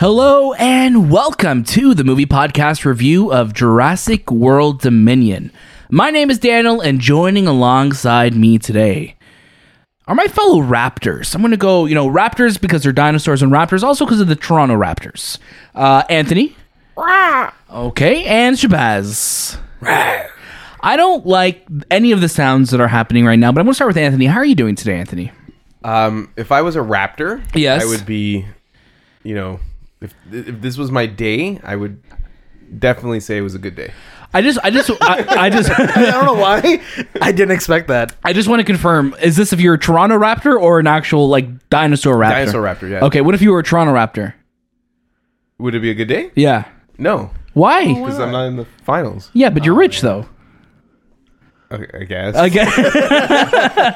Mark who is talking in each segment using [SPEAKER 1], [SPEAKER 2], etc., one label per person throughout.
[SPEAKER 1] Hello and welcome to the movie podcast review of Jurassic World Dominion. My name is Daniel, and joining alongside me today are my fellow Raptors. I'm going to go, you know, Raptors because they're dinosaurs, and Raptors also because of the Toronto Raptors. Uh, Anthony. Okay, and Shabazz. I don't like any of the sounds that are happening right now, but I'm going to start with Anthony. How are you doing today, Anthony?
[SPEAKER 2] Um, if I was a raptor,
[SPEAKER 1] Yes.
[SPEAKER 2] I would be, you know, if, if this was my day, I would definitely say it was a good day.
[SPEAKER 1] I just, I just, I, I just.
[SPEAKER 3] I don't know why. I didn't expect that.
[SPEAKER 1] I just want to confirm: is this if you're a Toronto Raptor or an actual like dinosaur Raptor?
[SPEAKER 2] Dinosaur raptor, yeah.
[SPEAKER 1] Okay, what if you were a Toronto Raptor?
[SPEAKER 2] Would it be a good day?
[SPEAKER 1] Yeah.
[SPEAKER 2] No,
[SPEAKER 1] Why?
[SPEAKER 2] because I'm not in the finals.
[SPEAKER 1] yeah, but you're rich though.
[SPEAKER 2] I, I guess.
[SPEAKER 1] I got,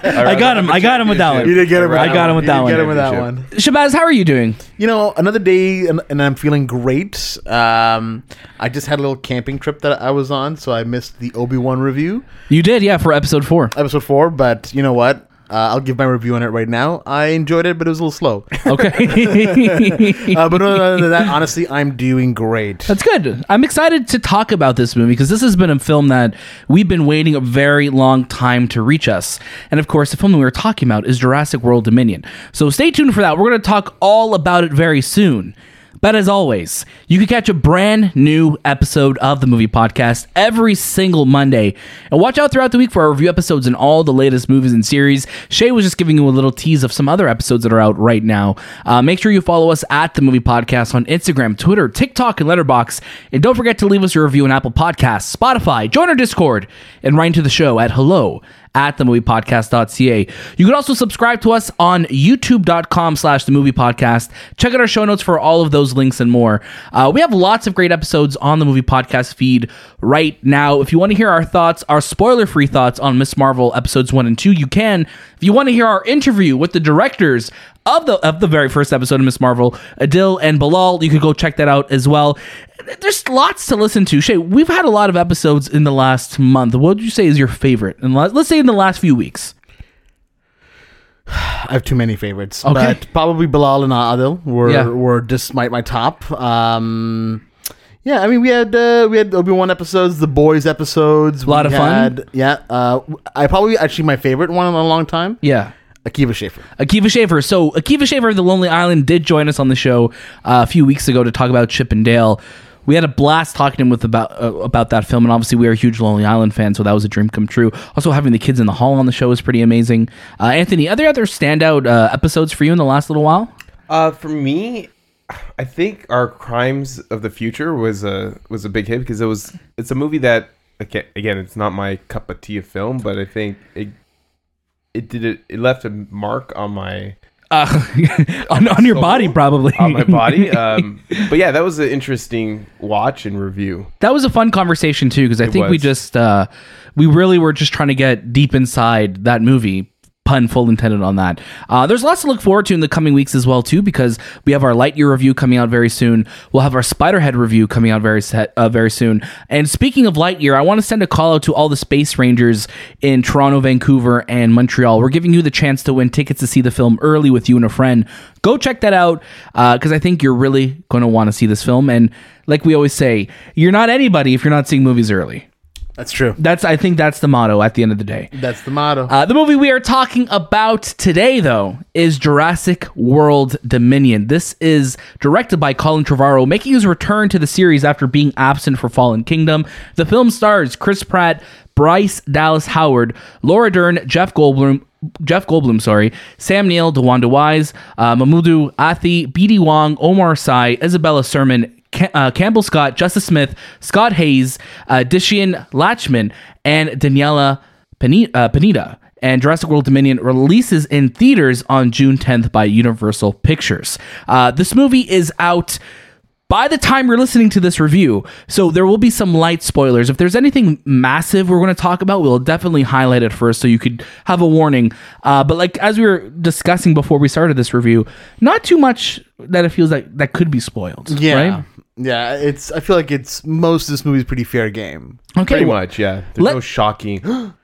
[SPEAKER 1] I got him. I got him with that
[SPEAKER 3] You
[SPEAKER 1] one.
[SPEAKER 3] didn't get him. With
[SPEAKER 1] I got him with
[SPEAKER 3] You
[SPEAKER 1] that
[SPEAKER 3] didn't
[SPEAKER 1] one.
[SPEAKER 3] Get him with that
[SPEAKER 2] Championship.
[SPEAKER 3] one.
[SPEAKER 1] Shabazz, how are you doing?
[SPEAKER 3] You know, another day, and, and I'm feeling great. Um, I just had a little camping trip that I was on, so I missed the Obi Wan review
[SPEAKER 1] You did, yeah, for episode four.
[SPEAKER 3] episode four. But you know what? Uh, I'll give my review on it right now. I enjoyed it, but it was a little slow.
[SPEAKER 1] Okay,
[SPEAKER 3] uh, but other than that, honestly, I'm doing great.
[SPEAKER 1] that's good. I'm excited to talk about this movie because this has been a film that we've been waiting a very long time to reach us. And of course, the film that we were talking about is Jurassic World Dominion. So stay tuned for that. We're going to talk all about it very soon. But as always, you can catch a brand new episode of the movie podcast every single Monday. And watch out throughout the week for our review episodes and all the latest movies and series. Shay was just giving you a little tease of some other episodes that are out right now. Uh, make sure you follow us at the movie podcast on Instagram, Twitter, TikTok, and Letterbox. And don't forget to leave us your review on Apple Podcasts, Spotify, join our Discord, and write into the show at hello at the movie podcast.ca. You can also subscribe to us on youtube.com slash the movie podcast. Check out our show notes for all of those links and more. Uh, we have lots of great episodes on the movie podcast feed right now. If you want to hear our thoughts, our spoiler free thoughts on Miss Marvel episodes one and two, you can. If you want to hear our interview with the directors of the of the very first episode of Miss Marvel, Adil and Balal, you could go check that out as well. There's lots to listen to. Shay, we've had a lot of episodes in the last month. What would you say is your favorite? In the last, let's say in the last few weeks.
[SPEAKER 3] I have too many favorites,
[SPEAKER 1] Okay.
[SPEAKER 3] but probably Bilal and Adil were
[SPEAKER 1] Yeah.
[SPEAKER 3] were just my, my top. Um, yeah, I mean we had uh, we had Obi Wan episodes, the boys episodes, a
[SPEAKER 1] Lot of fun.
[SPEAKER 3] Yeah, uh, I probably actually my favorite one in a long time,
[SPEAKER 1] Yeah.
[SPEAKER 3] Akiva Schaffer.
[SPEAKER 1] Akiva Shaver. So Akiva Shaver of the Lonely Island did join us on the show uh, a few weeks ago to talk about Chip and Dale. We had a blast talking to him with about uh, about that film, and obviously we are huge Lonely Island fans, so that was a dream come true. Also, having the kids in the hall on the show is pretty amazing. Uh, Anthony, other other standout uh, episodes for you in the last little while?
[SPEAKER 2] Uh, for me, I think our crimes of the future was a was a big hit because it was it's a movie that again again it's not my cup of tea of film, but I think it it did it, it left a mark on my
[SPEAKER 1] Uh, on, on your body, probably.
[SPEAKER 2] on my body. Um, but yeah, that was an interesting watch and review.
[SPEAKER 1] that was a fun conversation too because i think we
[SPEAKER 2] was.
[SPEAKER 1] just uh we really were just trying to get deep inside that movie pun full intended on that uh, there's lots to look forward to in the coming weeks as well too because we have our lightyear review coming out very soon we'll have our spiderhead review coming out very set, uh, very soon and speaking of lightyear i want to send a call out to all the space rangers in toronto vancouver and montreal we're giving you the chance to win tickets to see the film early with you and a friend go check that out because i think you're really going to want to see this film and like we always say, you're not anybody if you're not seeing movies early.
[SPEAKER 3] That's true.
[SPEAKER 1] That's I think that's the motto at the end of the day.
[SPEAKER 3] That's the motto.
[SPEAKER 1] Uh, the movie we are talking about today, though, is Jurassic World Dominion. This is directed by Colin Trevorrow, making his return to the series after being absent for Fallen Kingdom. The film stars Chris Pratt, Bryce Dallas Howard, Laura Dern, Jeff Goldblum. Jeff Goldblum, sorry, Sam Neill, DeWanda Wise, uh, Mamoudou Athi, B.D. Wong, Omar Sy, Isabella Sermon, Ca- uh, Campbell Scott, Justice Smith, Scott Hayes, uh, Dishian Lachman, and Daniela Pini- uh, Pineda. And Jurassic World Dominion releases in theaters on June 10th by Universal Pictures. Uh, this movie is out by the time you're listening to this review, so there will be some light spoilers. If there's anything massive we're going to talk about, we'll definitely highlight it first so you could have a warning. Uh, but like as we were discussing before we started this review, not too much that it feels like that could be spoiled.
[SPEAKER 3] yeah,
[SPEAKER 1] right?
[SPEAKER 3] yeah. It's I feel like it's most of this movie's pretty fair game.
[SPEAKER 1] Okay.
[SPEAKER 2] Pretty
[SPEAKER 1] well-
[SPEAKER 2] much, yeah. There's
[SPEAKER 1] Let-
[SPEAKER 2] no shocking.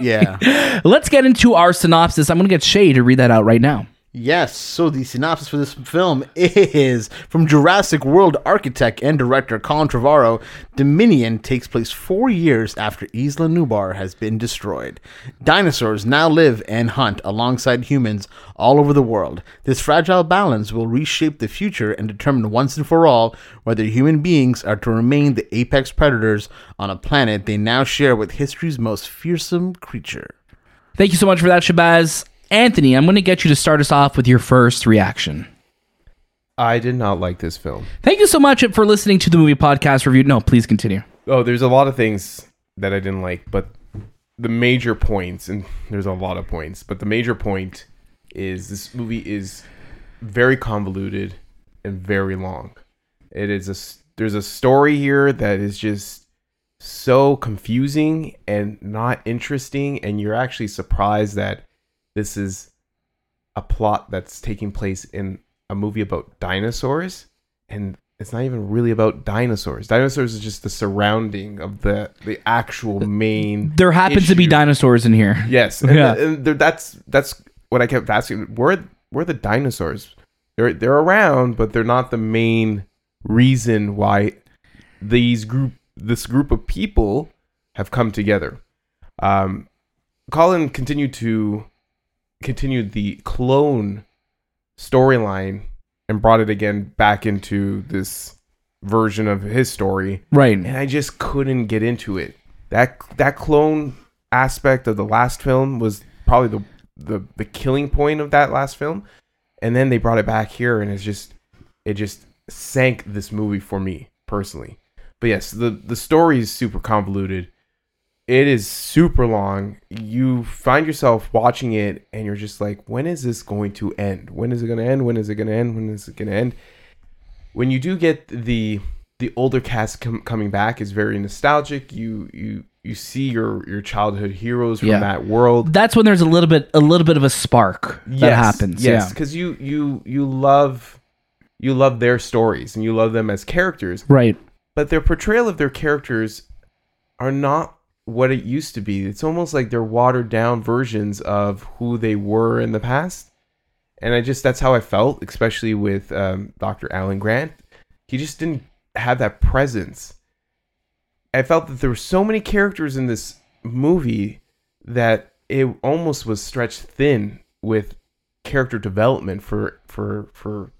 [SPEAKER 3] Yeah.
[SPEAKER 1] Let's get into our synopsis. I'm going to get Shay to read that out right now.
[SPEAKER 3] Yes, so the synopsis for this film is from Jurassic World architect and director Colin Trevorrow. Dominion takes place four years after Isla Nubar has been destroyed. Dinosaurs now live and hunt alongside humans all over the world. This fragile balance will reshape the future and determine once and for all whether human beings are to remain the apex predators on a planet they now share with history's most fearsome creature.
[SPEAKER 1] Thank you so much for that, Shabazz. Anthony, I'm going to get you to start us off with your first reaction.
[SPEAKER 2] I did not like this film.
[SPEAKER 1] Thank you so much for listening to the movie podcast review. No, please continue.
[SPEAKER 2] Oh, there's a lot of things that I didn't like, but the major points, and there's a lot of points, but the major point is this movie is very convoluted and very long. It is a s- there's a story here that is just so confusing and not interesting, and you're actually surprised that this is a plot that's taking place in a movie about dinosaurs and it's not even really about dinosaurs. Dinosaurs is just the surrounding of the the actual main.
[SPEAKER 1] There happens to be
[SPEAKER 2] issue.
[SPEAKER 1] dinosaurs in here.
[SPEAKER 2] Yes, and,
[SPEAKER 1] Yeah.
[SPEAKER 2] and there- that's that's what I kept asking. Where where are the dinosaurs? They're they're around, but they're not the main reason why these group this group of people have come together. Um, Colin continued to continued the clone storyline and brought it again back into this version of his story
[SPEAKER 1] Right.
[SPEAKER 2] and I just couldn't get into it. That that clone aspect of the last film was probably the the the killing point of that last film, and then they brought it back here, and it's just it just sank this movie for me personally. But yes, the the story is super convoluted. It is super long. You find yourself watching it and you're just like, when is this going to end? When is it going to end? When is it going to end? When is it going to end? when you do get the the older cast com- coming back is very nostalgic. You you you see your your childhood heroes from
[SPEAKER 1] Yeah.
[SPEAKER 2] that world.
[SPEAKER 1] That's when there's a little bit a little bit of a spark that happens.
[SPEAKER 2] Yes,
[SPEAKER 1] Yeah.
[SPEAKER 2] because you you you love you love their stories and you love them as characters,
[SPEAKER 1] Right.
[SPEAKER 2] but their portrayal of their characters are not what it used to be. It's almost like they're watered down versions of who they were in the past. And I just that's how I felt, especially with um, Dr. Alan Grant. He just didn't have that presence. I felt that there were so many characters in this movie that it almost was stretched thin with character development for for for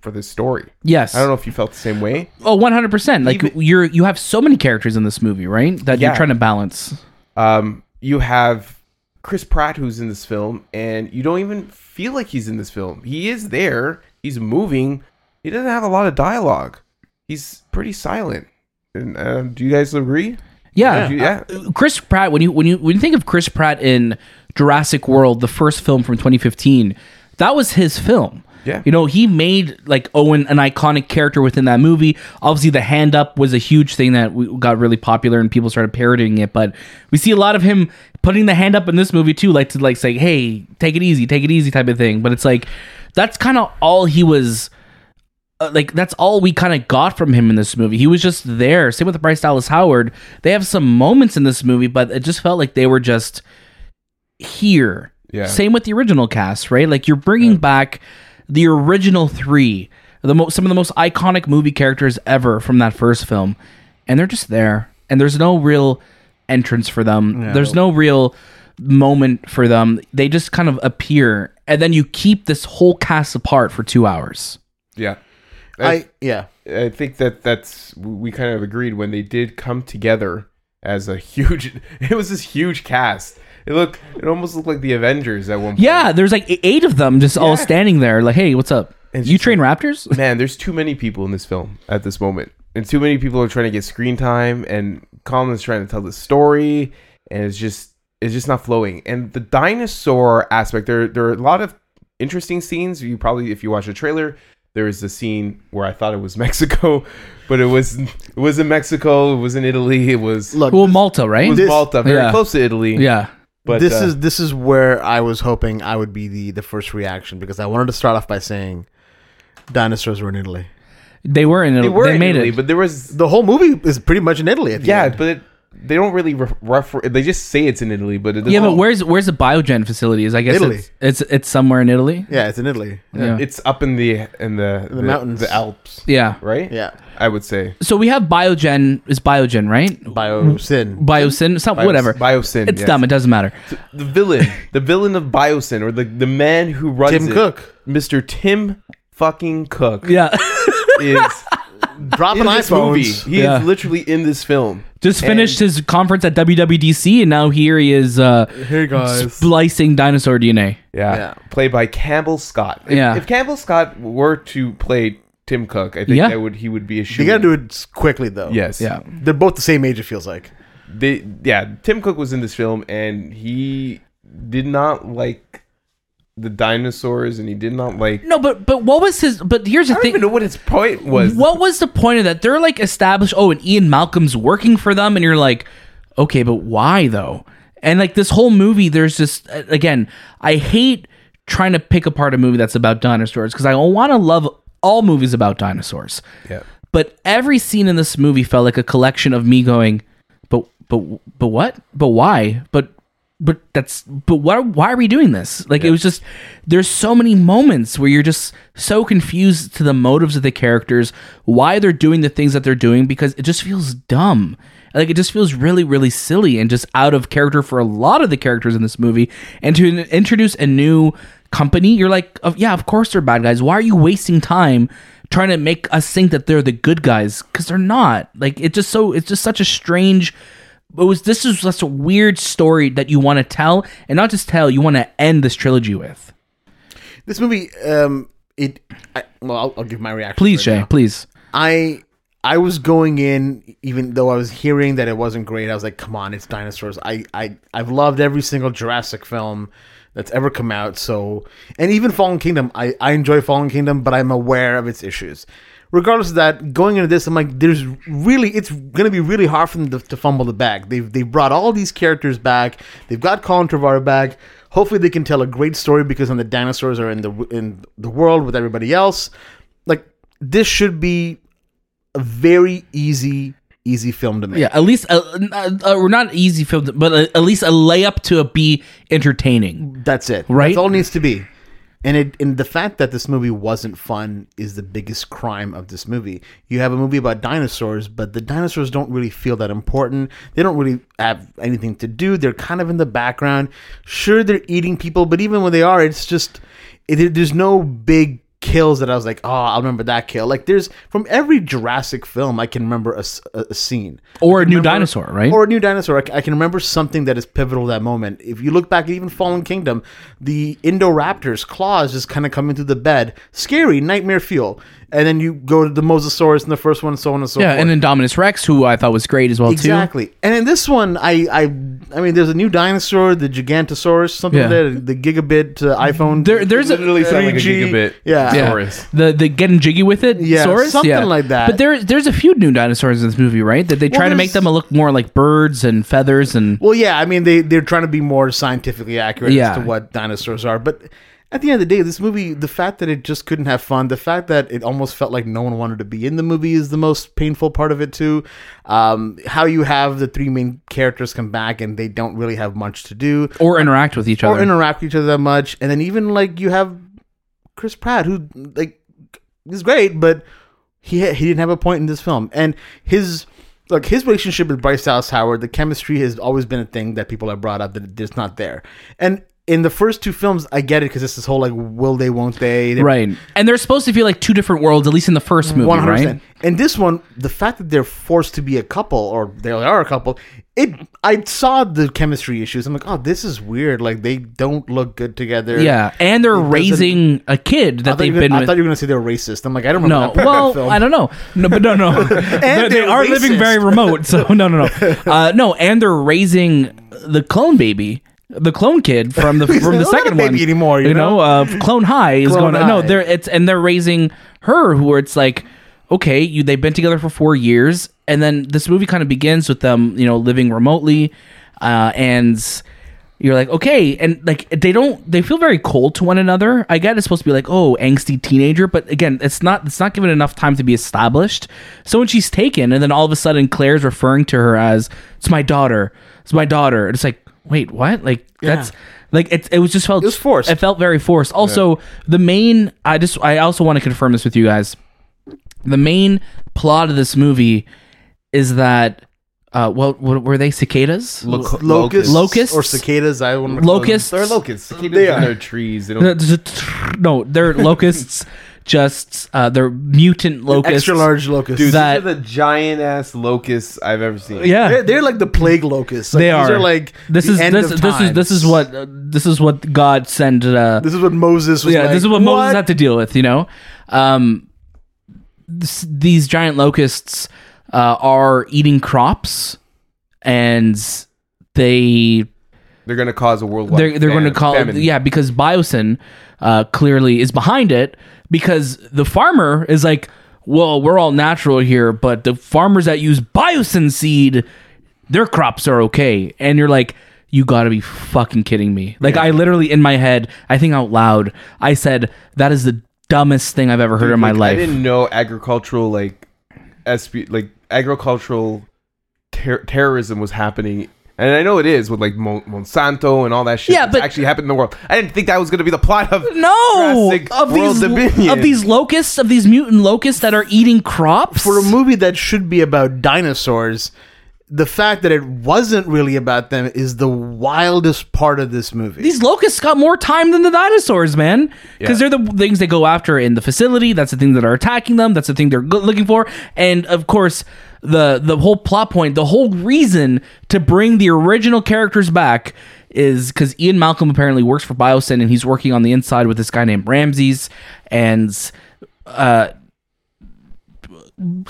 [SPEAKER 2] for this story.
[SPEAKER 1] Yes.
[SPEAKER 2] I don't know if you felt the same way.
[SPEAKER 1] Oh, 100%. Like
[SPEAKER 2] Even-
[SPEAKER 1] you're you have so many characters in this movie, right? That you're
[SPEAKER 2] Yeah.
[SPEAKER 1] trying to balance.
[SPEAKER 2] Um, you have Chris Pratt who's in this film, and you don't even feel like he's in this film. He is there. He's moving. He doesn't have a lot of dialogue. He's pretty silent. And um, do you guys agree?
[SPEAKER 1] Yeah. Uh,
[SPEAKER 2] Did you- yeah.
[SPEAKER 1] Chris Pratt when you when you when you think of Chris Pratt in Jurassic World, the first film from 2015, that was his film.
[SPEAKER 2] Yeah.
[SPEAKER 1] You know, he made like Owen an iconic character within that movie. Obviously, the hand up was a huge thing that we got really popular and people started parodying it. But we see a lot of him putting the hand up in this movie too, like to like say, "Hey, take it easy, take it easy," type of thing. But it's like that's kind of all he was uh, like that's all we kind of got from him in this movie. He was just there. Same with Bryce Dallas Howard. They have some moments in this movie, but it just felt like they were just here.
[SPEAKER 2] Yeah.
[SPEAKER 1] Same with the original cast, right? Like you're bringing back the original three, the mo- some of the most iconic movie characters ever from that first film, and they're just there. And there's no real entrance for them. There's no real moment for them. They just kind of appear, and then you keep this whole cast apart for two hours.
[SPEAKER 2] Yeah.
[SPEAKER 3] I yeah.
[SPEAKER 2] I think that that's we kind of agreed when they did come together as a huge. It was this huge cast. It looked. It almost looked like the Avengers at one point.
[SPEAKER 1] Yeah, there's like e- eight of them just all standing there, like, hey, what's up?
[SPEAKER 2] It's
[SPEAKER 1] you
[SPEAKER 2] just
[SPEAKER 1] train raptors?
[SPEAKER 2] man, there's too many people in this film at this moment, and too many people are trying to get screen time. And Colin's trying to tell the story, and it's just it's just not flowing. And the dinosaur aspect, there there are a lot of interesting scenes. You probably, if you watch the trailer, there is a scene where I thought it was Mexico, but it was it was in Mexico. It was in Italy. It was
[SPEAKER 3] Look,
[SPEAKER 1] Well, Malta,
[SPEAKER 2] it was
[SPEAKER 1] right?
[SPEAKER 3] this-
[SPEAKER 2] Malta, very
[SPEAKER 1] yeah.
[SPEAKER 2] close to Italy.
[SPEAKER 1] Yeah.
[SPEAKER 2] but
[SPEAKER 3] this
[SPEAKER 2] uh,
[SPEAKER 3] is this is where I was hoping I would be the the first reaction because I wanted to start off by saying dinosaurs were in Italy.
[SPEAKER 1] They were in it. They,
[SPEAKER 2] they were in
[SPEAKER 1] made
[SPEAKER 2] Italy,
[SPEAKER 1] it.
[SPEAKER 2] but there was
[SPEAKER 3] The whole movie is pretty much in Italy. At the
[SPEAKER 2] yeah,
[SPEAKER 3] end.
[SPEAKER 2] but it, they don't really re- refer. They just say it's in Italy, but it doesn't.
[SPEAKER 1] Yeah, but where's where's the biogen facility? Is I guess
[SPEAKER 3] Italy.
[SPEAKER 1] It's, it's it's somewhere in Italy.
[SPEAKER 3] Yeah, it's in Italy.
[SPEAKER 1] Yeah.
[SPEAKER 2] It's up in the in the
[SPEAKER 3] the mountains.
[SPEAKER 2] the Alps,
[SPEAKER 1] Yeah.
[SPEAKER 2] right?
[SPEAKER 3] Yeah.
[SPEAKER 2] I would say
[SPEAKER 1] So we have biogen is biogen right?
[SPEAKER 3] Biosyn.
[SPEAKER 1] Biosyn, some
[SPEAKER 2] Bios-
[SPEAKER 1] whatever.
[SPEAKER 2] Biosyn.
[SPEAKER 1] it's
[SPEAKER 2] yes.
[SPEAKER 1] dumb. It doesn't matter.
[SPEAKER 2] The villain, the villain of Biosyn, or the the man who runs
[SPEAKER 3] Tim
[SPEAKER 2] it,
[SPEAKER 3] Cook.
[SPEAKER 2] Mr. Tim fucking Cook,
[SPEAKER 1] Yeah.
[SPEAKER 2] is
[SPEAKER 3] Dropping
[SPEAKER 2] in this movie.
[SPEAKER 3] iPhones.
[SPEAKER 2] He
[SPEAKER 1] Yeah.
[SPEAKER 2] is literally in this film.
[SPEAKER 1] Just finished his conference at WWDC, and now here he is uh,
[SPEAKER 3] Here, guys.
[SPEAKER 1] splicing dinosaur DNA.
[SPEAKER 2] Yeah.
[SPEAKER 3] Yeah.
[SPEAKER 2] Played by Campbell Scott. If,
[SPEAKER 1] Yeah.
[SPEAKER 2] If Campbell Scott were to play Tim Cook, I think
[SPEAKER 1] Yeah.
[SPEAKER 2] that would he would be a shoe.
[SPEAKER 3] You gotta do it s- quickly though.
[SPEAKER 2] Yes.
[SPEAKER 1] Yeah.
[SPEAKER 3] They're both the same age. It feels like.
[SPEAKER 2] They, yeah. Tim Cook was in this film and he did not like the dinosaurs and he did not like
[SPEAKER 1] No, but but what was his? But here's the
[SPEAKER 2] I don't
[SPEAKER 1] thing.
[SPEAKER 2] even know what his point was.
[SPEAKER 1] What was the point of that? They're like established. Oh, and Ian Malcolm's working for them, and you're like, okay, but why though? And like this whole movie, there's just uh, again, I hate trying to pick apart a movie that's about dinosaurs because I want to love all movies about dinosaurs.
[SPEAKER 2] Yeah.
[SPEAKER 1] But every scene in this movie felt like a collection of me going, but but but what? But why? But but that's but why why are we doing this? Like it was just there's so many moments where you're just so confused to the motives of the characters, why they're doing the things that they're doing because it just feels dumb. Like it just feels really really silly and just out of character for a lot of the characters in this movie. And to in- introduce a new company, you're like, oh, yeah, of course they're bad guys. Why are you wasting time trying to make us think that they're the good guys because they're not. Like it just so it's just such a strange. It was this is just a weird story that you want to tell, and not just tell. You want to end this trilogy with.
[SPEAKER 3] This movie. Um. It. I, well, I'll, I'll give my reaction.
[SPEAKER 1] Please,
[SPEAKER 3] right
[SPEAKER 1] Jay.
[SPEAKER 3] now.
[SPEAKER 1] Please.
[SPEAKER 3] I. I was going in, even though I was hearing that it wasn't great. I was like, "Come on, it's dinosaurs." I, I, I've loved every single Jurassic film that's ever come out. So, and even Fallen Kingdom, I, I enjoy Fallen Kingdom, but I'm aware of its issues. Regardless of that, going into this, I'm like, "There's really, it's going to be really hard for them to, to fumble the bag." They've they brought all these characters back. They've got Colin Trevorrow back. Hopefully, they can tell a great story because then the dinosaurs are in the in the world with everybody else. Like this should be a very easy, easy film to make.
[SPEAKER 1] Yeah, at least uh, uh, uh, we're not easy film, but uh, at least a layup to be entertaining.
[SPEAKER 3] That's it.
[SPEAKER 1] Right?
[SPEAKER 3] That's all it needs to be. And it and the fact that this movie wasn't fun is the biggest crime of this movie. You have a movie about dinosaurs, but the dinosaurs don't really feel that important. They don't really have anything to do. They're kind of in the background. Sure, they're eating people, but even when they are, it's just it, there- there's no big kills that I was like, oh, I remember that kill. Like there's from every Jurassic film, I can remember a, s- a- a scene
[SPEAKER 1] Or a new
[SPEAKER 3] remember-
[SPEAKER 1] dinosaur, right?
[SPEAKER 3] Or a new dinosaur. I, c- I can remember something that is pivotal to that moment. If you look back at even Fallen Kingdom, the Indoraptor's claws just kind of come into the bed. Scary, nightmare fuel. And then you go to the Mosasaurus in the first one, so on and so
[SPEAKER 1] yeah,
[SPEAKER 3] forth.
[SPEAKER 1] and then Dominus Rex, who I thought was great as well
[SPEAKER 3] Exactly. And in this one, I, I, I mean, there's a new dinosaur, the Gigantosaurus, something
[SPEAKER 1] Yeah.
[SPEAKER 3] like that, the gigabit uh, iPhone.
[SPEAKER 1] too. There, there's a
[SPEAKER 2] literally sound like a
[SPEAKER 3] 3G.
[SPEAKER 2] gigabit.
[SPEAKER 3] Yeah.
[SPEAKER 1] yeah.
[SPEAKER 2] Saurus.
[SPEAKER 1] The the getting jiggy with it,
[SPEAKER 3] Yeah,
[SPEAKER 1] Saurus?
[SPEAKER 3] something
[SPEAKER 1] Yeah.
[SPEAKER 3] like that.
[SPEAKER 1] But there there's a few new dinosaurs in this movie, right? That they try to make
[SPEAKER 3] there's-
[SPEAKER 1] them look more like birds and feathers and
[SPEAKER 3] Well, yeah, I mean they they're trying to be more scientifically accurate
[SPEAKER 1] Mm-hmm. Yeah.
[SPEAKER 3] as to what dinosaurs are, but at the end of the day, this movie, the fact that it just couldn't have fun, the fact that it almost felt like no one wanted to be in the movie is the most painful part of it too. Um, how you have the three main characters come back and they don't really have much to do
[SPEAKER 1] or interact with each other.
[SPEAKER 3] or interact with each other that much, and then even like you have Chris Pratt who like is great, but he he didn't have a point in this film, and his look his relationship with Bryce Dallas Howard, the chemistry has always been a thing that people have brought up that it's not there, and. In the first two films, I get it because it's this whole like will they, won't they, they're
[SPEAKER 1] right. And they're supposed to feel like two different worlds, at least in the first movie,
[SPEAKER 3] Mm-hmm. one hundred
[SPEAKER 1] right?
[SPEAKER 3] percent. And this one, the fact that they're forced to be a couple or they are a couple, it I saw the chemistry issues. I'm like, oh, this is weird. Like they don't look good together.
[SPEAKER 1] Yeah. And they're
[SPEAKER 3] doesn't-
[SPEAKER 1] raising a kid
[SPEAKER 3] I
[SPEAKER 1] that
[SPEAKER 3] thought, you
[SPEAKER 1] they've
[SPEAKER 3] were,
[SPEAKER 1] been
[SPEAKER 3] I
[SPEAKER 1] with.
[SPEAKER 3] thought you were going to say they were racist. I'm like, I don't remember.
[SPEAKER 1] no,
[SPEAKER 3] that part of that
[SPEAKER 1] well,
[SPEAKER 3] film.
[SPEAKER 1] I don't know. No, but no, no. They're- they
[SPEAKER 3] they're
[SPEAKER 1] are living
[SPEAKER 3] racist.
[SPEAKER 1] very remote, so no, no, no. Uh, no, and they're raising the clone baby, the clone kid from the from
[SPEAKER 3] not
[SPEAKER 1] the
[SPEAKER 3] a
[SPEAKER 1] second one
[SPEAKER 3] baby anymore, you know?
[SPEAKER 1] uh, clone High is
[SPEAKER 3] Clone
[SPEAKER 1] going. on. No,
[SPEAKER 3] High.
[SPEAKER 1] they're it's and they're raising her, who are- it's like, okay, you they've been together for four years, and then this movie kind of begins with them, you know, living remotely, uh, and You're like, okay, and like they don't they feel very cold to one another. I get it's supposed to be like, oh, angsty teenager, but again, it's not it's not given enough time to be established. So when she's taken and then all of a sudden Claire's referring to her as it's my daughter. It's my daughter. And it's like, wait, what? Like that's like it, it was just felt
[SPEAKER 3] It was forced.
[SPEAKER 1] It felt very forced. Also, the main I just I also want to confirm this with you guys the main plot of this movie is that uh what, what were they cicadas
[SPEAKER 2] Loc-
[SPEAKER 3] Locusts,
[SPEAKER 1] Locusts?
[SPEAKER 3] or cicadas. I want
[SPEAKER 1] locusts
[SPEAKER 2] They're locusts. Cicadas
[SPEAKER 3] They
[SPEAKER 2] and
[SPEAKER 3] are.
[SPEAKER 2] they're trees. They
[SPEAKER 1] No,
[SPEAKER 2] don't.
[SPEAKER 1] just- no they're locusts just uh they're mutant locusts
[SPEAKER 3] extra large locusts.
[SPEAKER 2] Dude,
[SPEAKER 1] that-
[SPEAKER 2] these are the giant ass locusts I've ever seen.
[SPEAKER 1] yeah
[SPEAKER 3] They're, they're like the plague locusts. Like,
[SPEAKER 1] they
[SPEAKER 3] these
[SPEAKER 1] are.
[SPEAKER 3] like
[SPEAKER 1] this
[SPEAKER 3] the
[SPEAKER 1] is
[SPEAKER 3] end
[SPEAKER 1] this,
[SPEAKER 3] of
[SPEAKER 1] this is this is
[SPEAKER 3] times.
[SPEAKER 1] what uh, this is what god sent uh
[SPEAKER 3] this is what Moses was.
[SPEAKER 1] yeah
[SPEAKER 3] like,
[SPEAKER 1] this is what, moses had to deal with you know um this, these giant locusts uh are eating crops and they
[SPEAKER 2] They're gonna cause a worldwide.
[SPEAKER 1] they're they're going to
[SPEAKER 2] fam-
[SPEAKER 1] call
[SPEAKER 2] famine.
[SPEAKER 1] yeah because Biosyn uh, clearly is behind it because the farmer is like well we're all natural here but the farmers that use Biosyn seed their crops are okay and you're like you gotta be fucking kidding me like I literally in my head I think out loud I said that is the dumbest thing I've ever heard in my
[SPEAKER 2] Like, I
[SPEAKER 1] life
[SPEAKER 2] didn't know agricultural like, sp like agricultural ter- terrorism was happening. And I know it is with like Mon- Monsanto and all that shit.
[SPEAKER 1] Yeah,
[SPEAKER 2] that's
[SPEAKER 1] but-
[SPEAKER 2] actually happened in the world. I didn't think that was going to be the plot of
[SPEAKER 1] no
[SPEAKER 2] Jurassic
[SPEAKER 1] of
[SPEAKER 2] World
[SPEAKER 1] these
[SPEAKER 2] Dominion.
[SPEAKER 1] of these locusts of these mutant locusts that are eating crops
[SPEAKER 3] for a movie that should be about dinosaurs. The fact that it wasn't really about them is the wildest part of this movie.
[SPEAKER 1] these locusts got more time than the dinosaurs, man. Because they're the things they go after in the facility. That's the thing that are attacking them. That's the thing they're go- looking for. And of course, the the whole plot point, the whole reason to bring the original characters back is because Ian Malcolm apparently works for Biosyn and he's working on the inside with this guy named Ramses and uh,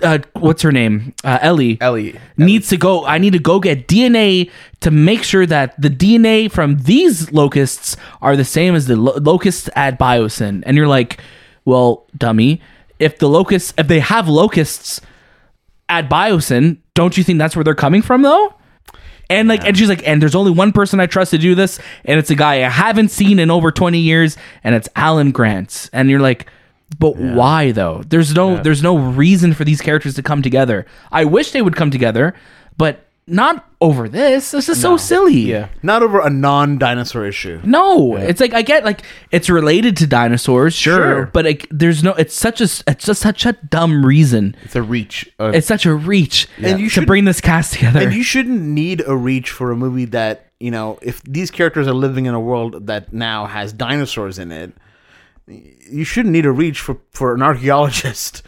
[SPEAKER 1] uh what's her name uh, Ellie
[SPEAKER 2] Ellie.
[SPEAKER 1] needs to go i need to go get dna to make sure that the dna from these locusts are the same as the lo- locusts at biosyn and you're like well dummy if the locusts if they have locusts at biosyn don't you think that's where they're coming from though and like and she's like and there's only one person i trust to do this and it's a guy i haven't seen in over 20 years and it's alan grant and you're like but why though there's no there's no reason for these characters to come together i wish they would come together but not over this this is so silly
[SPEAKER 2] Yeah.
[SPEAKER 3] Not over a non-dinosaur issue.
[SPEAKER 1] no it's like i get like it's related to dinosaurs sure,
[SPEAKER 3] Sure.
[SPEAKER 1] but like there's no it's such a s- it's just such a dumb reason
[SPEAKER 2] It's a reach. Of,
[SPEAKER 1] it's such a reach
[SPEAKER 3] And you
[SPEAKER 1] to
[SPEAKER 3] should-
[SPEAKER 1] bring this cast together
[SPEAKER 3] And you shouldn't need a reach for a movie that, you know, if these characters are living in a world that now has dinosaurs in it, you shouldn't need a reach for, for an archaeologist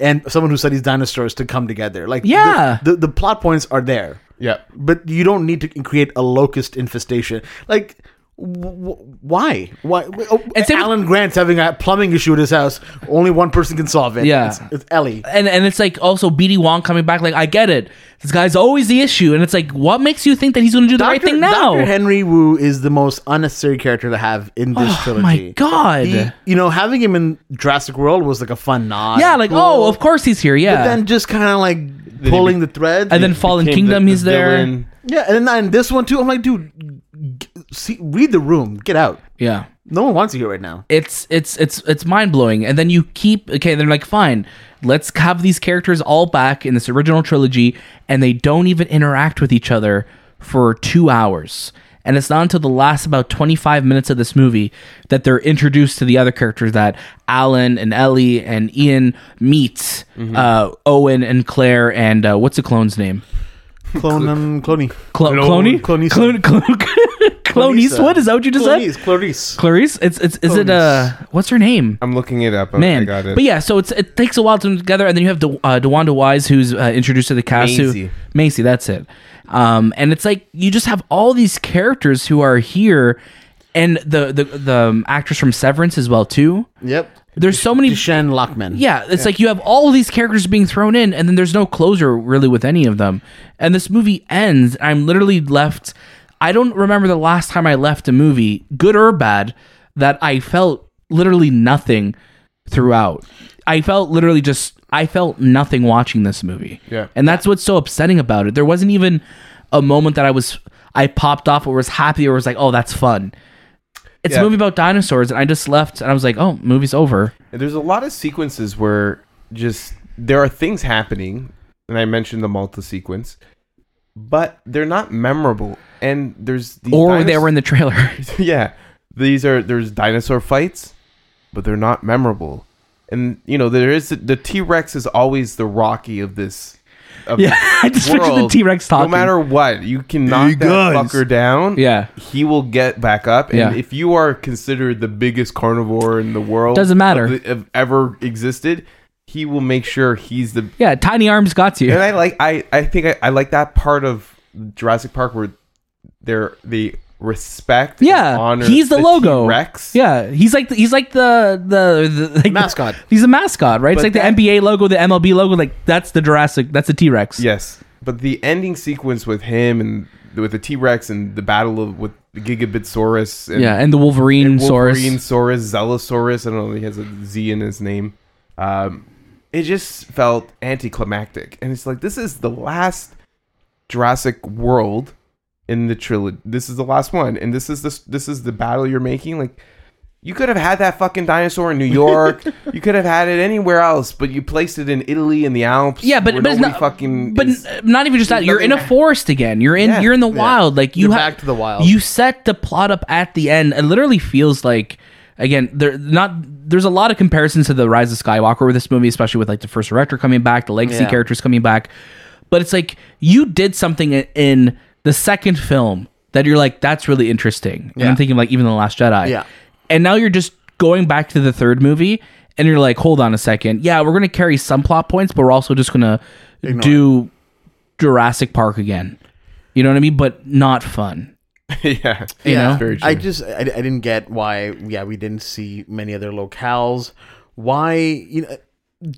[SPEAKER 3] and someone who studies dinosaurs to come together. Like, the-
[SPEAKER 1] Yeah.
[SPEAKER 3] the, the plot points are there,
[SPEAKER 2] yeah.
[SPEAKER 3] but you don't need to create a locust infestation. Like, w- why? Why? Oh,
[SPEAKER 1] And same with-
[SPEAKER 3] Alan Grant's having a plumbing issue at his house. Only one person can solve it.
[SPEAKER 1] Yeah.
[SPEAKER 3] It's, it's Ellie.
[SPEAKER 1] and and it's like also BD Wong coming back. Like I get it, this guy's always the issue, and it's like what makes you think that he's going to do the right thing now?
[SPEAKER 3] Dr. Henry Wu is the most unnecessary character to have in this
[SPEAKER 1] oh
[SPEAKER 3] trilogy.
[SPEAKER 1] my god!
[SPEAKER 3] He- you know, having him in Jurassic World was like a fun nod.
[SPEAKER 1] yeah, like
[SPEAKER 3] Cool.
[SPEAKER 1] oh, of course he's here. Yeah,
[SPEAKER 3] But then just kind of like
[SPEAKER 2] he
[SPEAKER 3] pulling
[SPEAKER 2] be-
[SPEAKER 3] the thread.
[SPEAKER 1] and then Fallen
[SPEAKER 2] Became
[SPEAKER 1] Kingdom,
[SPEAKER 2] the-
[SPEAKER 1] he's
[SPEAKER 2] the
[SPEAKER 1] there.
[SPEAKER 2] villain.
[SPEAKER 3] yeah, and then in this one too, I'm like, dude, g- see, read the room, get out.
[SPEAKER 1] Yeah,
[SPEAKER 3] No one wants you here right now.
[SPEAKER 1] it's it's it's it's mind blowing. And then you keep okay. They're like fine, let's have these characters all back in this original trilogy, and they don't even interact with each other for two hours. And it's not until the last about 25 minutes of this movie that they're introduced to the other characters that Alan and Ellie and Ian meet uh, Owen and Claire and uh, what's the clone's name?
[SPEAKER 3] Clone, um, Cloney.
[SPEAKER 1] Clo- Cloney?
[SPEAKER 3] Clonisa.
[SPEAKER 1] Clone, clone, Clone Eastwood? Is that what you just
[SPEAKER 3] Clonese,
[SPEAKER 1] said?
[SPEAKER 3] Clarice.
[SPEAKER 1] Clarice? It's, it's, is it, uh, what's her name?
[SPEAKER 2] I'm looking it up. I-
[SPEAKER 1] Man,
[SPEAKER 2] I got it.
[SPEAKER 1] but yeah, so it's it takes a while to come together, and then you have De- uh, DeWanda Wise, who's uh, introduced to the cast. Who,
[SPEAKER 2] Maisie.
[SPEAKER 1] Macy, that's it. Um, and it's like you just have all these characters who are here, and the the the um, actress from Severance as well too.
[SPEAKER 3] Yep.
[SPEAKER 1] There's so many.
[SPEAKER 3] Deshaun Lockman.
[SPEAKER 1] Yeah, it's like you have all these characters being thrown in, and then there's no closure really with any of them. And this movie ends. I'm literally left. I don't remember the last time I left a movie, good or bad, that I felt literally nothing throughout. I felt literally just. I felt nothing watching this movie.
[SPEAKER 2] Yeah.
[SPEAKER 1] And that's what's so upsetting about it. There wasn't even a moment that I was. I popped off or was happy or was like, oh, that's fun. It's
[SPEAKER 2] Yeah.
[SPEAKER 1] a movie about dinosaurs, and I just left and I was like, oh, movie's over.
[SPEAKER 2] There's a lot of sequences where just there are things happening, and I mentioned the Malta sequence, but they're not memorable. And there's these
[SPEAKER 1] or
[SPEAKER 2] dinos-
[SPEAKER 1] they were in the trailer.
[SPEAKER 2] yeah, these are there's dinosaur fights, but they're not memorable. And you know there is the T Rex is always the Rocky of this. Of
[SPEAKER 1] Yeah, I just pictured the
[SPEAKER 2] world.
[SPEAKER 1] T-Rex
[SPEAKER 2] No
[SPEAKER 1] talking.
[SPEAKER 2] matter what, you can knock
[SPEAKER 1] You
[SPEAKER 2] that
[SPEAKER 1] guys.
[SPEAKER 2] fucker down.
[SPEAKER 1] Yeah.
[SPEAKER 2] he will get back up. And
[SPEAKER 1] Yeah.
[SPEAKER 2] if you are considered the biggest carnivore in the world,
[SPEAKER 1] Doesn't matter.
[SPEAKER 2] of the- of ever existed, he will make sure he's the
[SPEAKER 1] yeah, Tiny Arms got you.
[SPEAKER 2] and I like I I think I, I like that part of Jurassic Park where they're the respect and
[SPEAKER 1] Yeah,
[SPEAKER 2] honor
[SPEAKER 1] he's the, logo.
[SPEAKER 2] Rex
[SPEAKER 1] Yeah, he's like he's like the the, the like
[SPEAKER 3] Mascot.
[SPEAKER 1] he's a mascot, right? it's like
[SPEAKER 2] But that-
[SPEAKER 1] the NBA logo, the MLB logo. Like that's the Jurassic. That's the T Rex.
[SPEAKER 2] yes but the ending sequence with him and with the T-Rex and the battle of with the Gigabitsaurus and
[SPEAKER 1] yeah, and the Wolverine,
[SPEAKER 2] Wolverine
[SPEAKER 1] source.
[SPEAKER 2] Saurus Zelosaurus I don't know he has a Z in his name um it just felt anticlimactic and it's like this is the last Jurassic World in the trilogy. This is the last one, and this is this this is the battle you're making. Like, you could have had that fucking dinosaur in New York. you could have had it anywhere else, but you placed it in Italy in the Alps.
[SPEAKER 1] Yeah, but
[SPEAKER 2] where
[SPEAKER 1] but it's
[SPEAKER 2] nobody
[SPEAKER 1] not
[SPEAKER 2] fucking.
[SPEAKER 1] but
[SPEAKER 2] is-
[SPEAKER 1] not even just that. You're in a
[SPEAKER 2] nothing-
[SPEAKER 1] forest again. You're in
[SPEAKER 2] Yeah,
[SPEAKER 1] you're in the
[SPEAKER 2] yeah.
[SPEAKER 1] wild. Like you
[SPEAKER 3] You're
[SPEAKER 1] ha-
[SPEAKER 3] back to the wild.
[SPEAKER 1] You set the plot up at the end. It literally feels like again there not there's a lot of comparisons to the Rise of Skywalker with this movie, especially with like the first director coming back, the legacy
[SPEAKER 3] Yeah.
[SPEAKER 1] characters coming back. But it's like you did something i- in the second film that you're like that's really interesting. And
[SPEAKER 3] Yeah.
[SPEAKER 1] I'm thinking like even the Last Jedi.
[SPEAKER 3] Yeah.
[SPEAKER 1] And now you're just going back to the third movie and you're like, hold on a second. Yeah, we're going to carry some plot points, but we're also just going to do Jurassic Park again. You know what I mean? But not fun.
[SPEAKER 2] yeah,
[SPEAKER 1] know?
[SPEAKER 2] It's very true.
[SPEAKER 3] I just I, I didn't get why yeah we didn't see many other locales. Why you know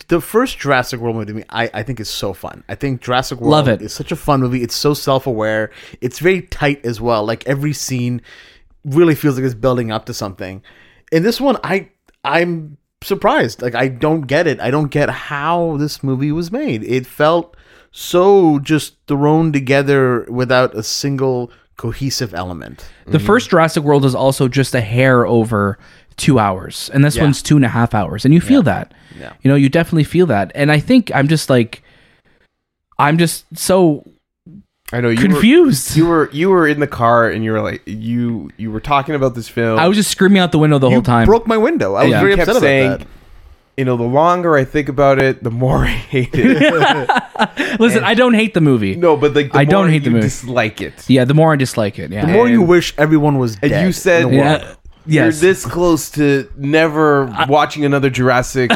[SPEAKER 3] the first Jurassic World movie to me I, I think is so fun. I think Jurassic World
[SPEAKER 1] Love it.
[SPEAKER 3] is such a fun movie. It's so self aware. It's very tight as well. Like every scene really feels like it's building up to something. In this one I I'm surprised. Like I don't get it. I don't get how this movie was made. It felt so just thrown together without a single cohesive element.
[SPEAKER 1] The first Jurassic World is also just a hair over two hours, and this
[SPEAKER 3] Yeah.
[SPEAKER 1] one's two and a half hours, and you feel that.
[SPEAKER 3] Yeah.
[SPEAKER 1] You know, you definitely feel that. And I think I'm just like, I'm just so
[SPEAKER 2] I know you were-
[SPEAKER 1] confused.
[SPEAKER 2] you were you were in the car and you were like you you were talking about this film.
[SPEAKER 1] I was just screaming out the window the
[SPEAKER 3] you
[SPEAKER 1] whole time.
[SPEAKER 3] broke my window. I was
[SPEAKER 1] Yeah.
[SPEAKER 3] very
[SPEAKER 2] kept
[SPEAKER 3] upset about
[SPEAKER 2] saying,
[SPEAKER 3] that.
[SPEAKER 2] you know, the longer I think about it, the more I hate it.
[SPEAKER 1] Listen, I don't hate the movie.
[SPEAKER 2] no, but like the
[SPEAKER 1] I
[SPEAKER 2] more
[SPEAKER 1] don't hate the
[SPEAKER 2] you
[SPEAKER 1] movie.
[SPEAKER 2] dislike it.
[SPEAKER 1] Yeah, the more I dislike it. Yeah.
[SPEAKER 3] The more you
[SPEAKER 2] And-
[SPEAKER 3] wish everyone was
[SPEAKER 2] And
[SPEAKER 3] dead
[SPEAKER 2] you said
[SPEAKER 3] in the world.
[SPEAKER 1] yeah. Yes.
[SPEAKER 2] you're this close to never watching another Jurassic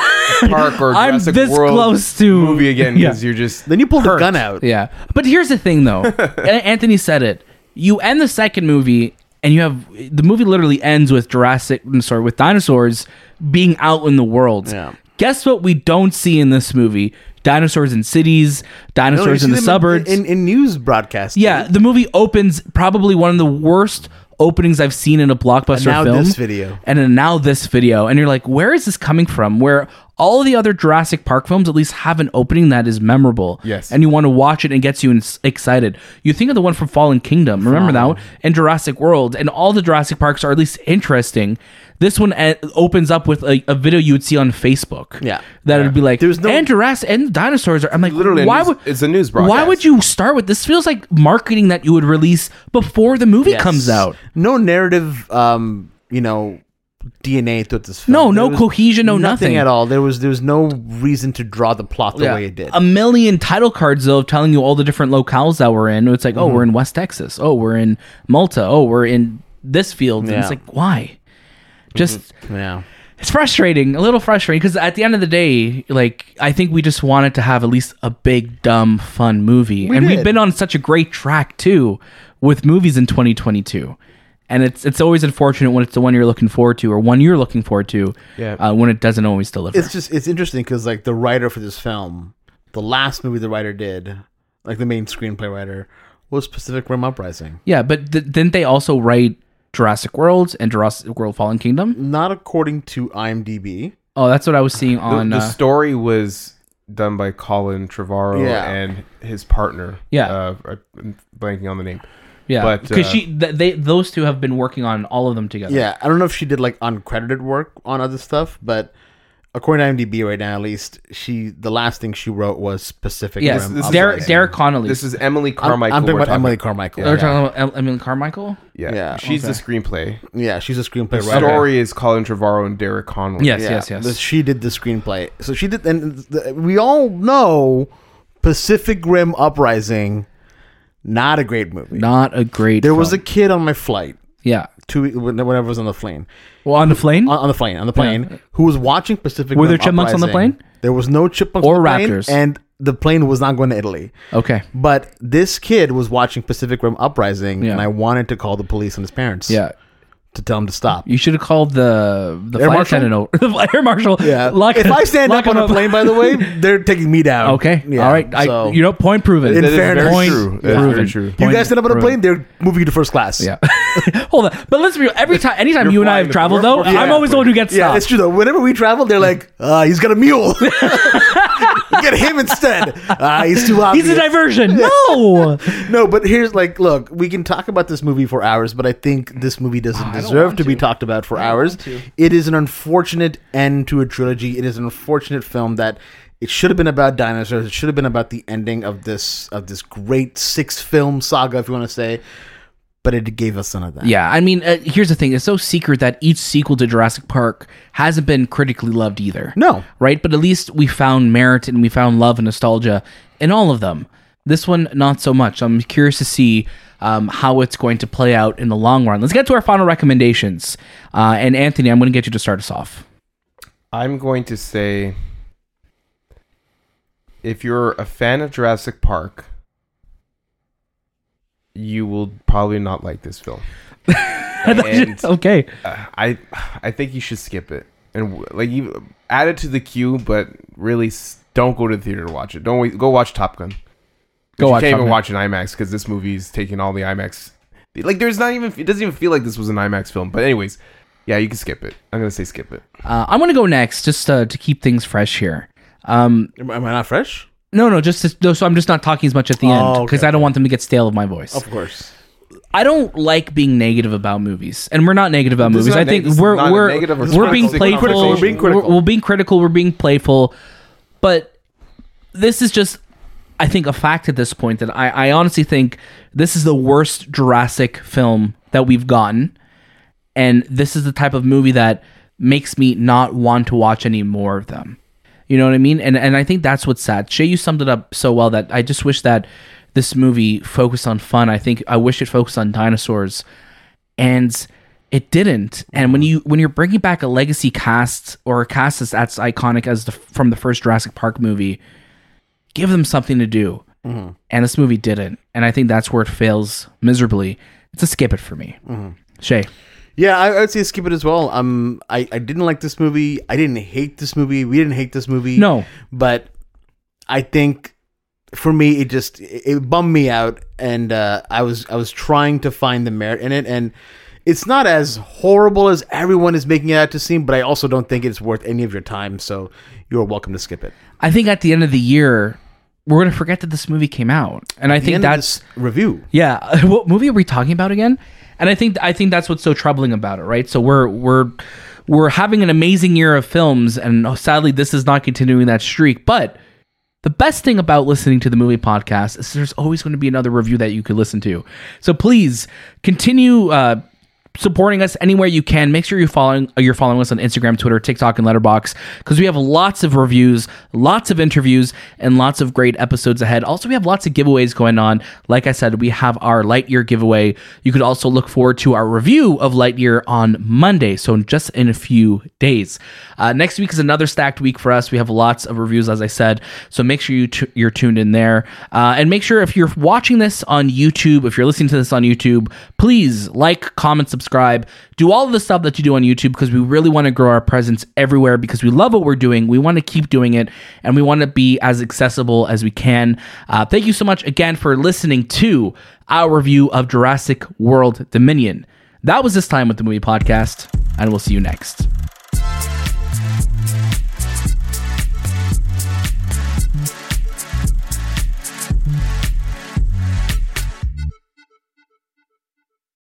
[SPEAKER 2] Park or
[SPEAKER 1] I'm
[SPEAKER 2] Jurassic
[SPEAKER 1] this
[SPEAKER 2] World
[SPEAKER 1] close to-
[SPEAKER 2] movie again because
[SPEAKER 1] Yeah.
[SPEAKER 2] you're just
[SPEAKER 3] then you pulled
[SPEAKER 2] hurt.
[SPEAKER 3] the gun out.
[SPEAKER 1] Yeah. But here's the thing, though. A- Anthony said it. You end the second movie, and you have the movie literally ends with Jurassic, I'm sorry, with dinosaurs being out in the world.
[SPEAKER 3] Yeah.
[SPEAKER 1] Guess what we don't see in this movie? Dinosaurs in cities,
[SPEAKER 3] No, you
[SPEAKER 1] dinosaurs
[SPEAKER 3] see
[SPEAKER 1] in the
[SPEAKER 3] them
[SPEAKER 1] suburbs.
[SPEAKER 3] in, in news broadcasts.
[SPEAKER 1] yeah, the movie opens probably one of the worst openings I've seen in a blockbuster
[SPEAKER 3] now
[SPEAKER 1] film.
[SPEAKER 3] this video.
[SPEAKER 1] And then now this video. And you're like, where is this coming from? Where all the other Jurassic Park films at least have an opening that is memorable.
[SPEAKER 2] Yes.
[SPEAKER 1] And you want to watch it and gets you ins- excited. You think of the one from Fallen Kingdom, remember that one? And Jurassic World. And all the Jurassic Parks are at least interesting. This one eh, opens up with a, a video you would see on Facebook.
[SPEAKER 3] Yeah.
[SPEAKER 1] That would be like,
[SPEAKER 3] There's no-
[SPEAKER 1] and Jurassic and dinosaurs are. I'm like,
[SPEAKER 2] Literally a
[SPEAKER 1] why
[SPEAKER 2] news-
[SPEAKER 1] would
[SPEAKER 2] it's a news
[SPEAKER 1] Why would
[SPEAKER 2] broadcast.
[SPEAKER 1] you start with this? Feels like marketing that you would release before the movie
[SPEAKER 3] Yes.
[SPEAKER 1] comes out.
[SPEAKER 3] No narrative. Um, you know. DNA to this film.
[SPEAKER 1] No,
[SPEAKER 3] There
[SPEAKER 1] no
[SPEAKER 3] was
[SPEAKER 1] cohesion, no nothing.
[SPEAKER 3] at all. There was there was no reason to draw the plot the
[SPEAKER 1] Yeah.
[SPEAKER 3] way it did.
[SPEAKER 1] A million title cards though, telling you all the different locales that we're in. It's like,
[SPEAKER 3] Mm-hmm.
[SPEAKER 1] oh, we're in West Texas. Oh, we're in Malta. Oh, we're in this field. And
[SPEAKER 3] Yeah. Mm-hmm.
[SPEAKER 1] it's like, why? Just
[SPEAKER 3] yeah,
[SPEAKER 1] it's frustrating, a little frustrating, because at the end of the day, like I think we just wanted to have at least a big, dumb, fun movie, and
[SPEAKER 3] did.
[SPEAKER 1] we've been on such a great track too with movies in 2022, and it's it's always unfortunate when it's the one you're looking forward to or one you're looking forward to,
[SPEAKER 2] Yeah.
[SPEAKER 1] uh, when it doesn't always deliver.
[SPEAKER 3] it's just it's interesting because like the writer for this film, the last movie the writer did, like the main screenplay writer, was Pacific Rim Uprising.
[SPEAKER 1] Yeah, but th- didn't they also write Jurassic World and Jurassic World Fallen Kingdom?
[SPEAKER 3] Not according to IMDb.
[SPEAKER 1] Oh, that's what I was seeing
[SPEAKER 2] The,
[SPEAKER 1] on.
[SPEAKER 2] the
[SPEAKER 1] Uh,
[SPEAKER 2] story was done by Colin Trevorrow
[SPEAKER 3] Yeah.
[SPEAKER 2] and his partner.
[SPEAKER 1] Yeah.
[SPEAKER 2] uh, I'm blanking on the name.
[SPEAKER 1] Yeah,
[SPEAKER 2] But,
[SPEAKER 1] because
[SPEAKER 2] uh,
[SPEAKER 1] she th- they those two have been working on all of them together.
[SPEAKER 3] Yeah, I don't know if she did like uncredited work on other stuff, but according to IMDb right now, at least she the last thing she wrote was specific.
[SPEAKER 1] yes,
[SPEAKER 3] Rim
[SPEAKER 2] this is-
[SPEAKER 1] Derek
[SPEAKER 3] updates.
[SPEAKER 1] Derek Connolly.
[SPEAKER 2] This is Emily
[SPEAKER 3] I'm, I'm
[SPEAKER 2] Carmichael.
[SPEAKER 3] talking
[SPEAKER 2] we're
[SPEAKER 3] about Emily Carmichael.
[SPEAKER 1] They're
[SPEAKER 3] Yeah,
[SPEAKER 1] talking about Emily Carmichael.
[SPEAKER 2] Yeah.
[SPEAKER 3] Yeah,
[SPEAKER 2] She's the screenplay.
[SPEAKER 3] Yeah, she's a
[SPEAKER 2] The
[SPEAKER 3] screenplay writer.
[SPEAKER 2] story is Colin Trevorrow and Derek Conway.
[SPEAKER 1] Yes,
[SPEAKER 3] Yeah,
[SPEAKER 1] yes, yes.
[SPEAKER 3] the- she did the screenplay. So she did, and the, we all know Pacific Rim Uprising, not a great movie.
[SPEAKER 1] Not a great.
[SPEAKER 3] there was a
[SPEAKER 1] film.
[SPEAKER 3] kid on my flight.
[SPEAKER 1] yeah. Uh,
[SPEAKER 3] Two, whenever I was on the plane,
[SPEAKER 1] Well, on the plane.
[SPEAKER 3] on, on the plane, on the plane, who was watching Pacific.
[SPEAKER 1] Were
[SPEAKER 3] Rim
[SPEAKER 1] there chipmunks on the
[SPEAKER 3] Uprising.
[SPEAKER 1] plane?
[SPEAKER 3] There was no chipmunks
[SPEAKER 1] Or
[SPEAKER 3] on the plane,
[SPEAKER 1] raptors?
[SPEAKER 3] and the plane was not going to Italy.
[SPEAKER 1] okay.
[SPEAKER 3] But this kid was watching Pacific Rim Uprising,
[SPEAKER 1] Yeah.
[SPEAKER 3] and I wanted to call the police on his parents.
[SPEAKER 1] Yeah.
[SPEAKER 3] to tell him to stop.
[SPEAKER 1] You should have called the the
[SPEAKER 3] Air
[SPEAKER 1] flight
[SPEAKER 3] marshal?
[SPEAKER 1] attendant over. The flight- air marshal.
[SPEAKER 3] Yeah,
[SPEAKER 1] Lock,
[SPEAKER 3] if I stand
[SPEAKER 1] lock
[SPEAKER 3] up on
[SPEAKER 1] him
[SPEAKER 3] a plane, by the way, they're taking me down.
[SPEAKER 1] Okay.
[SPEAKER 3] Yeah,
[SPEAKER 1] All right. I,
[SPEAKER 3] so-
[SPEAKER 1] you know, point proven.
[SPEAKER 3] In
[SPEAKER 2] That is
[SPEAKER 3] fairness.
[SPEAKER 2] very
[SPEAKER 1] Point
[SPEAKER 2] true. That is
[SPEAKER 1] proven.
[SPEAKER 2] very true.
[SPEAKER 3] You
[SPEAKER 1] Point
[SPEAKER 3] guys stand up on a
[SPEAKER 1] proven.
[SPEAKER 3] plane, they're moving you to first class.
[SPEAKER 1] Yeah. Hold on. But let's be real. Every time, anytime
[SPEAKER 2] You're
[SPEAKER 1] you and I
[SPEAKER 2] flying
[SPEAKER 1] have
[SPEAKER 2] the-
[SPEAKER 1] traveled,
[SPEAKER 2] we're-
[SPEAKER 1] though,
[SPEAKER 2] we're
[SPEAKER 1] I'm
[SPEAKER 2] flying
[SPEAKER 1] always the
[SPEAKER 2] the
[SPEAKER 1] one who gets
[SPEAKER 3] Yeah,
[SPEAKER 1] stopped.
[SPEAKER 3] it's true though. Whenever we travel, they're like, uh, he's got a mule. Get him instead. Uh, he's too obvious.
[SPEAKER 1] He's a diversion. No.
[SPEAKER 3] No, but here's like, look, we can talk about this movie for hours, but Ah, I think this movie doesn't deserve
[SPEAKER 1] want
[SPEAKER 3] to be
[SPEAKER 1] to.
[SPEAKER 3] talked about for hours.
[SPEAKER 1] want to.
[SPEAKER 3] It is an unfortunate end to a trilogy. It is an unfortunate film that it should have been about dinosaurs. It should have been about the ending of this of this great six film saga, if you want to say. But it gave us none of that.
[SPEAKER 1] Yeah, I mean, uh, here's the thing: it's so secret that each sequel to Jurassic Park hasn't been critically loved either.
[SPEAKER 3] No.
[SPEAKER 1] right? But at least we found merit and we found love and nostalgia in all of them. This one, not so much. I'm curious to see um, how it's going to play out in the long run. Let's get to our final recommendations. Uh, and Anthony, I'm going to get you to start us off.
[SPEAKER 2] I'm going to say if you're a fan of Jurassic Park, you will probably not like this film. And-
[SPEAKER 1] okay.
[SPEAKER 2] Uh, I I think you should skip it and w- like you add it to the queue, but really s- don't go to the theater to watch it. Don't wait, go watch Top Gun.
[SPEAKER 1] Go
[SPEAKER 2] you
[SPEAKER 1] watch
[SPEAKER 2] can't
[SPEAKER 1] Top
[SPEAKER 2] even
[SPEAKER 1] Gun.
[SPEAKER 2] watch an IMAX because this movie's taking all the IMAX. Like there's not even it doesn't even feel like this was an IMAX film. But anyways, yeah, you can skip it. I'm gonna say skip it.
[SPEAKER 1] Uh, I'm going to go next, just uh, to keep things fresh here. Um,
[SPEAKER 3] Am, am I not fresh?
[SPEAKER 1] no, no, just to, no, so I'm just not talking as much at the
[SPEAKER 3] Oh,
[SPEAKER 1] end
[SPEAKER 3] okay,
[SPEAKER 1] because I don't want them to get stale of my voice.
[SPEAKER 3] Of course.
[SPEAKER 1] I don't like being negative about movies, and we're not negative about
[SPEAKER 2] This
[SPEAKER 1] movies.
[SPEAKER 2] is not
[SPEAKER 1] I think
[SPEAKER 2] neg- this is
[SPEAKER 1] we're
[SPEAKER 2] not a
[SPEAKER 1] we're
[SPEAKER 2] negative or
[SPEAKER 1] we're being
[SPEAKER 2] critical
[SPEAKER 1] playful.
[SPEAKER 2] conversation.
[SPEAKER 1] We're being critical. We're, being critical. We're being playful, but this is just, I think, a fact at this point that I, I honestly think this is the worst Jurassic film that we've gotten, and this is the type of movie that makes me not want to watch any more of them. You know what I mean? And and I think that's what's sad. Shay, you summed it up so well that I just wish that this movie focused on fun. I think I wish it focused on dinosaurs, and it didn't. And when you when you're bringing back a legacy cast or a cast that's as iconic as the from the first Jurassic Park movie, give them something to do. And this movie didn't. And I think that's where it fails miserably. It's a skip it for me. Shay,
[SPEAKER 3] Yeah, I, I would say skip it as well. Um, I, I didn't like this movie. I didn't hate this movie. We didn't hate this movie.
[SPEAKER 1] No.
[SPEAKER 3] but I think for me, it just it, it bummed me out, and uh, I was I was trying to find the merit in it, and it's not as horrible as everyone is making it out to seem. But I also don't think it's worth any of your time. So you're welcome to skip it.
[SPEAKER 1] I think at the end of the year, we're gonna forget that this movie came out. And I
[SPEAKER 3] The
[SPEAKER 1] think
[SPEAKER 3] end of
[SPEAKER 1] that's
[SPEAKER 3] this review.
[SPEAKER 1] Yeah, what movie are we talking about again? And I think I think that's what's so troubling about it, right? So we're we're we're having an amazing year of films, and sadly, this is not continuing that streak. But the best thing about listening to the movie podcast is there's always going to be another review that you could listen to. So please continue uh, supporting us anywhere you can. Make sure you're following uh, you're following us on Instagram, Twitter, TikTok, and Letterbox because we have lots of reviews, lots of interviews, and lots of great episodes ahead. Also, we have lots of giveaways going on. Like I said, we have our Lightyear giveaway. You could also look forward to our review of Lightyear on Monday. So just in a few days. Uh, next week is another stacked week for us. We have lots of reviews, as I said. So make sure you tu- you're tuned in there, uh, and make sure if you're watching this on YouTube, if you're listening to this on YouTube, please like, comment, subscribe, do all of the stuff that you do on YouTube because we really want to grow our presence everywhere because we love what we're doing. We want to keep doing it, and we want to be as accessible as we can. Uh, thank you so much again for listening to our review of Jurassic World Dominion. That was this time with the movie podcast, and we'll see you next.